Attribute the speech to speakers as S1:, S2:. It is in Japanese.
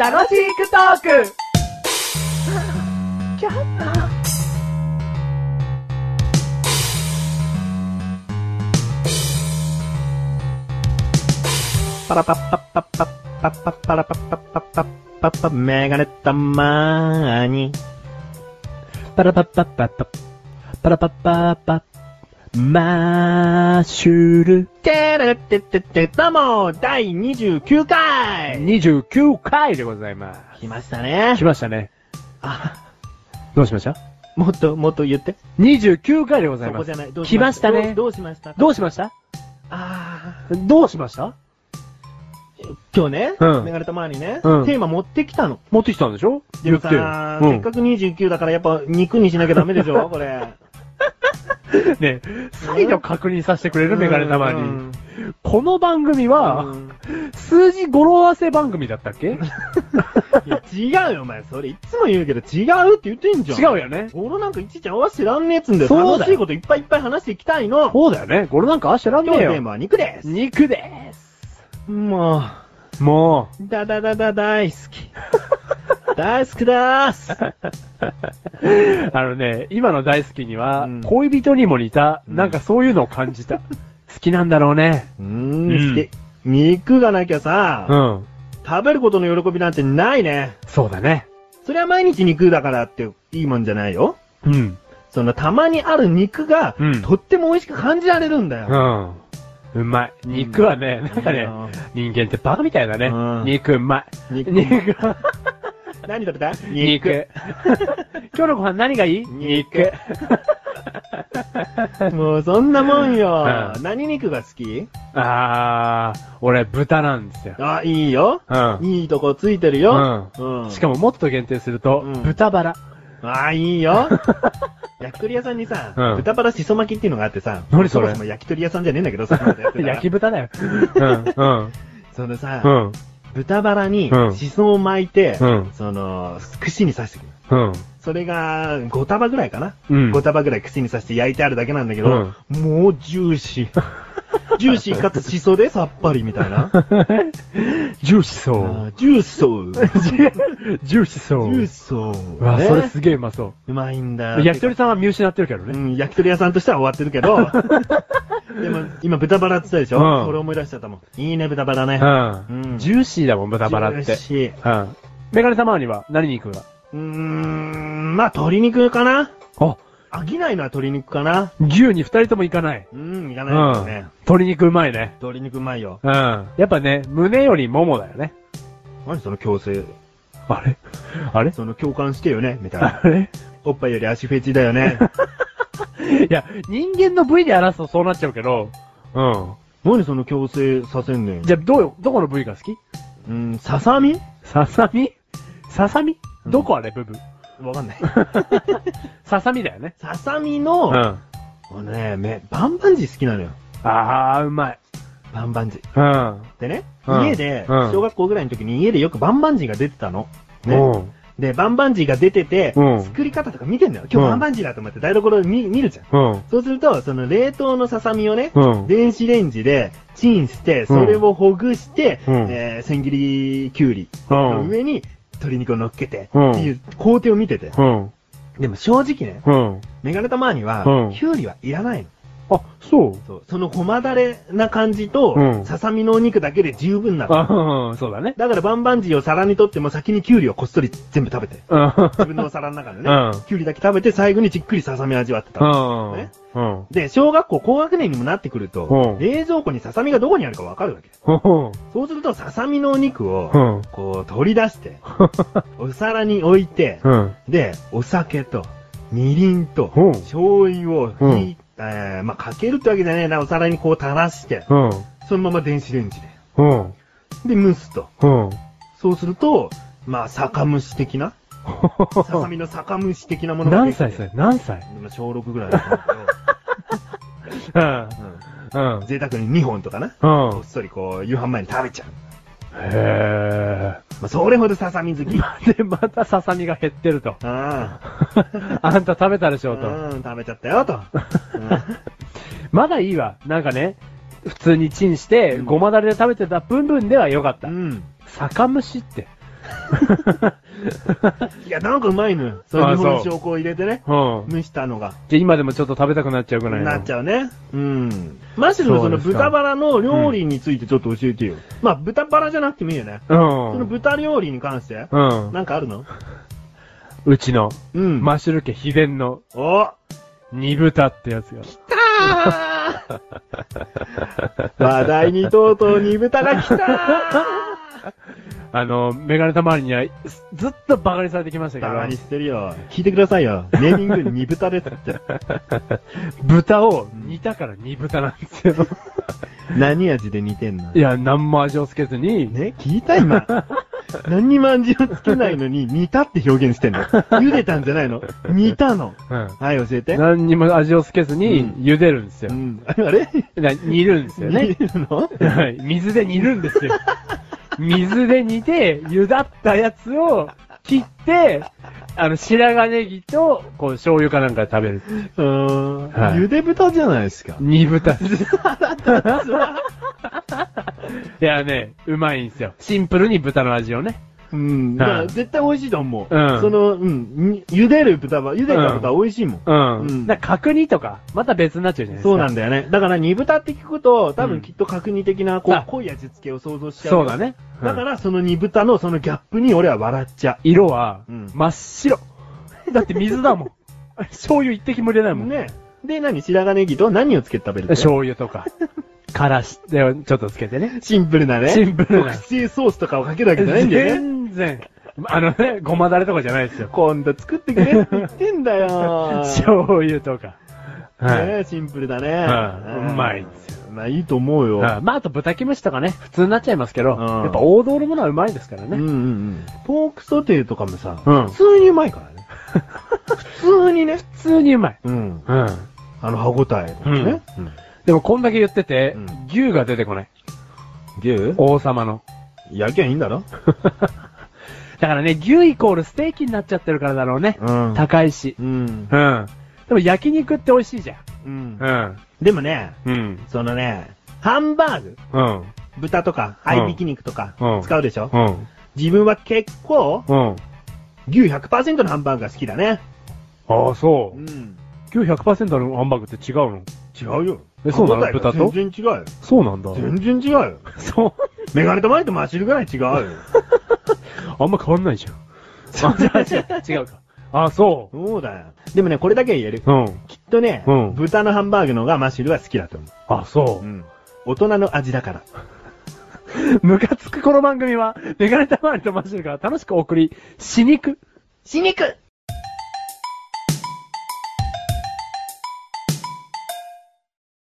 S1: 楽しくトーク
S2: パラパッパッパッパッパッパッパラパッパッパッパッパッパメガネたまーに。パラパッパッパッパッパラパッパッパッマッシュル。てれってってって、どうも第29回
S3: 29回でございま
S2: 来ましたね
S3: す。来。ましたね。
S2: あ、
S3: どうしました
S2: もっともっと言って。
S3: ?29 回でござ
S2: そ
S3: い
S2: こ
S3: ま
S2: じ
S3: す
S2: ゃ。ない。どう
S3: 来ましたね
S2: どうどうしました
S3: どうしました
S2: あ
S3: どうしました
S2: ー今日ね、
S3: うん
S2: メガネたまーにね、
S3: うん
S2: テーマ持ってきたの。
S3: 持ってきたんでしょ
S2: で
S3: 言
S2: も
S3: って
S2: さ
S3: よ。
S2: ー、せっかく29だからやっぱ肉にしなきゃダメでしょこれ。
S3: うん。ね、再度確認させてくれるメガネたま
S2: う
S3: に。
S2: ん
S3: この番組
S2: う
S3: は、
S2: ん
S3: 数字語呂合わせ番組だったっけ
S2: いや違うよ、お前。それいつも言うけど、違うって言ってんじゃん。
S3: 違うよね。
S2: 俺なんかいちいち合わせてらんねえっつうんだよ。
S3: そうだよ
S2: 楽しいこといっぱいいっぱい話していきたいの。
S3: そうだよね。語呂なんか合わせてらん
S2: 今
S3: ね
S2: 日
S3: え
S2: のテー
S3: よ。
S2: マは肉です。
S3: 肉で
S2: も
S3: す。も
S2: う、だだだだ大好 き。大好きだーす。
S3: う、あのね、今の大好きには
S2: うん、
S3: 恋人にも似た、
S2: うん
S3: なんかそういうのを感じ た。好きなんだろうね。
S2: うー、
S3: うんん
S2: 好き。肉がなきゃ
S3: う
S2: さ、
S3: ん。
S2: 食べることの喜びなんてないね。
S3: そうだね。
S2: それは毎日肉だからっていいもんじゃないよ。
S3: うん。
S2: そのたまにある肉が、
S3: うん
S2: とっても美味しく感じられるんだよ。
S3: うん。うまい。肉はね、なんか
S2: いい
S3: ね、
S2: よ
S3: 人間ってバカみたいだね
S2: うん。
S3: 肉うまい。
S2: 肉
S3: 肉。
S2: 何食べた
S3: 肉。 今日のご飯何がいい
S2: 肉。もうそんなもんよ。
S3: うん
S2: 何肉が好き
S3: あー、俺豚なんですよ。
S2: あ、いいよ。
S3: うん。
S2: いいとこついてるよ。うん。
S3: しかももっと限定すると
S2: うん、
S3: 豚バラ。
S2: も。あ、い いよ。焼き鳥屋さんにさ、
S3: うん
S2: 豚バラしそ巻きっていうのがあってさ、
S3: 何それ
S2: もも焼き鳥屋さんじゃねえんだけ どさ、そんなことやってたら
S3: 焼き豚だよ。うん、
S2: そのさ、
S3: うん、
S2: 豚バラに
S3: うん
S2: しそを巻いて、
S3: うん
S2: その、串に刺してくる。
S3: うん、
S2: それが、5束ぐらいかな。
S3: うん。
S2: 5束ぐらい串に刺して焼いてあるだけなんだけど、もうジューシ ー。ジューシーかつしそでさっぱりみたいな。
S3: ジューシソ
S2: あージューソー。
S3: ー。 ジュジューシソ
S2: ジュー
S3: ー。
S2: ソー。
S3: うわ、
S2: ね
S3: それすげえうまそう
S2: まいんだ。
S3: う。焼き鳥さんは見失ってるけどね
S2: う。ん、焼き鳥屋さんとしては終わってる けど。でも、今豚バラって言ったでしょ、
S3: うん
S2: それ思い出しちゃったもん。いいね、豚バラね。
S3: う
S2: うん
S3: ん。ジューシーだもん、豚バラっ
S2: ジュ
S3: て
S2: ー。シー
S3: うん。メガネ様には何肉が
S2: うーん、まあ、鶏肉かな
S3: あ、
S2: 飽きないのは鶏肉かな
S3: 牛に二人ともいかない。
S2: うん、いか
S3: う
S2: ないですね
S3: ん。。鶏肉うまいね。
S2: 鶏肉うまいよ。
S3: うん。やっぱね、胸よりももだよね。
S2: 何その強制。
S3: あれあれ
S2: その共感してよね、みたいな。
S3: あれ
S2: おっぱいより足フェチだ よね。
S3: いや、人間の部位で表すとそうなっちゃうけど、うん。
S2: 何その強制させんねん。
S3: じゃあ、どうよ、どこの部位が好き
S2: うん、ささみ
S3: ささみささみ
S2: うん
S3: どこあれ、部分。
S2: わか んない。
S3: ささみだよね。
S2: ささみ
S3: う
S2: の、
S3: ん。あ
S2: もうね、め、バンバンジー好きなのよ。
S3: あー、うまい。
S2: バンバンジー。
S3: うん。
S2: でね、
S3: うん
S2: 家で、
S3: うん
S2: 小学校ぐらいの時に家でよくバンバンジーが出てたの。ね。
S3: うん。
S2: で、バンバンジーが出てて、
S3: うん
S2: 作り方とか見てんだよ。今日
S3: うん
S2: バンバンジーだと思って台所で見見るじゃん。
S3: うん。
S2: そうすると、その冷凍のささみをね、
S3: うん。
S2: 電子レンジでチンして、それをほぐして、
S3: うん
S2: えー千切りきゅうり
S3: う
S2: の
S3: ん。
S2: 上に鶏肉を乗っけて、
S3: うん
S2: っていう工程を見てて。
S3: うん。
S2: でも正直ね、
S3: うん。
S2: メガネたまーには、
S3: うん
S2: きゅうりはいらないの。
S3: あ、そう
S2: そうそのごまだれな感じと、
S3: うん
S2: ささみのお肉だけで十分なの。
S3: あ、うん、そうだね。
S2: だからバンバンジーを皿にとっても先にキュウリをこっそり全部食べて。
S3: うん。
S2: 自分のお皿の中でね。
S3: うん
S2: キュウリだけ食べて最後にじっくりささみを味わってたの。
S3: うん。うん。
S2: で、小学校高学年にもなってくると
S3: う、ん
S2: 冷蔵庫にささみがどこにあるかわかるわけ。
S3: うん。
S2: そうすると、ささみのお肉
S3: う
S2: を、
S3: ん。
S2: こう取り出して、お皿に置いて、
S3: うん。
S2: で、お酒と、みりんと
S3: うん、
S2: 醤油をひ、
S3: うん
S2: えーまあ、かけるってわけじゃねえな、お皿にこう垂らして、
S3: うん。
S2: そのまま電子レンジで。
S3: うん。
S2: で、蒸すと。
S3: うん。
S2: そうすると、まあ、酒蒸し的なささみの酒蒸し的なものが
S3: 何
S2: できて
S3: 歳それ何歳
S2: まあ小6ぐらいだと思う
S3: うん。
S2: けど、う
S3: うん
S2: ん。贅沢に2本とかな。
S3: う
S2: こ
S3: ん
S2: っ。そりこう、夕飯前に食べちゃう。
S3: へ
S2: まあ、それほどささみ好き。
S3: え。で、またささみが減ってると。
S2: あ
S3: あんた食べたでし
S2: あ、う
S3: ょと。
S2: ん、食べちゃったよ、と。うん
S3: まだいいわ。なんかね、普通にチンして、
S2: うん
S3: ごまだれで食べてた部分では良かった。
S2: ん。
S3: 酒蒸しって。
S2: いや、なんかうまいのよ。そういう
S3: あ
S2: 日
S3: そう
S2: 本酒をこう入れてね、
S3: うん。
S2: 蒸したのが。
S3: じゃあ今でもちょっと食べたくなっちゃうぐらいの
S2: なっちゃうね。うん。マシュルのその
S3: そうですか
S2: 豚バラの料理についてちょっと教えてよ。まあ、豚バラじゃなくてもいいよね。その
S3: う
S2: 豚料理に関して、
S3: ん。うん。
S2: なんかあるの
S3: うちの、
S2: うん
S3: マッシュル家秘伝の
S2: お
S3: 煮豚ってやつが。
S2: あー話題にとうとう煮豚が来たー
S3: あの、メガネたまわりにはすずっとバカにされてきましたけ
S2: た
S3: ど、
S2: まにしてるよ。聞いてくださいよ。ネーミング煮豚ですって。
S3: 豚を煮たから煮豚なんですよ。
S2: 何味で煮てんの
S3: いや、何も味をつけずに、
S2: ね、聞いた今。何にも味をつけないのに、煮たって表現してんの。茹でたんじゃないの煮たの。
S3: うん。
S2: はい、教えて。
S3: 何にも味をつけずに
S2: うん
S3: 茹でるんですよ
S2: う。ん。あれ
S3: な煮るんですよ
S2: 煮
S3: ね。
S2: るの
S3: はい 水で煮るんですよ。水で煮て、茹だったやつを切って、あの、白髪ネギと、こう、醤油かなんかで食べる。
S2: うーん。
S3: はい
S2: 茹で豚じゃないですか。
S3: 煮豚 です。いやね、うまいんですよ。シンプルに豚の味をね。
S2: うん。だか
S3: は
S2: ら
S3: い
S2: 絶対美味しいと思う。
S3: うん
S2: その、うん。に茹でる豚は、茹でた豚は美味しいもん。
S3: うん。
S2: うん
S3: だから角煮とか、また別になっちゃうじゃないですか。
S2: そうなんだよね。だから煮豚って聞くと、多
S3: う
S2: 分
S3: ん
S2: きっと角煮的な、こう
S3: あ、
S2: 濃い味付けを想像しちゃう。
S3: そうだ。ね。
S2: だか
S3: うん
S2: らその煮豚のそのギャップに俺は笑っちゃ
S3: 色は、
S2: うん。
S3: 真っ白。だって水だもん。 醤油一滴も入れないうもん。
S2: ね。で、何白髪ネギと何をつけて食べるの
S3: 醤油とか、からし、でちょっとつけてね。
S2: シンプルなね。
S3: シンプルな
S2: 特製ソースとかをかけるわけじゃないんだよね。
S3: 全然、あのね、ごまだれとかじゃないですよ。
S2: 今度作ってくれって言ってん だよ。
S3: 醤油とか。はい。
S2: ねシンプルだね。
S3: うん
S2: ん
S3: うまいんです
S2: まあいいと思うよ。
S3: はいまあ、あと豚キムチとかね、普通になっちゃいますけど、
S2: うん
S3: やっぱ王道のものはうまいですから
S2: うん
S3: ね。
S2: うんうん。ポークソテーとかもさ、
S3: うん
S2: 普通にうまいから ね。普通にね。
S3: 普通にうまい。
S2: うん。
S3: うん。
S2: あの歯応えとかね。うん
S3: でもこんだけ言ってて、
S2: うん
S3: 牛が出てこない。
S2: 牛
S3: 王様 の。
S2: 焼きゃいいんだろ
S3: だからね、牛イコールステーキになっちゃってるからだろうね。
S2: うん
S3: 高いし。
S2: うん。
S3: うん。でも焼肉って美味しいじゃん。
S2: うん。
S3: ん。
S2: でもね、
S3: うん。
S2: そのね、ハンバーグ、
S3: うん。
S2: 豚とか、合いびき肉とか
S3: うん、
S2: 使うでしょ
S3: うん。
S2: 自分は結構、
S3: うん。
S2: 牛100%のハンバーグが好きだね。
S3: ああ、そ
S2: ん。
S3: う。今日100%のハンバーグって違うの
S2: 違うよ。
S3: えそうなの
S2: 歯応えが
S3: 豚と
S2: 全然違うよ。
S3: そうなんだ
S2: 全然違うよ。
S3: そう。
S2: メガネとマリとマシルぐらい違うよ。
S3: あんま変わんないじゃん。あ、違う、違うか。あ、そ
S2: そうだよ。でもね、これだけは言える。
S3: う。うん。
S2: きっとね、
S3: うん
S2: 豚のハンバーグの方がマシルは好きだと思。
S3: あ、そう
S2: ん。大人の味だから。
S3: う。ムカつくこの番組は、メガネたまわりとマッシュルが楽しくお送り、しにく。
S2: 死肉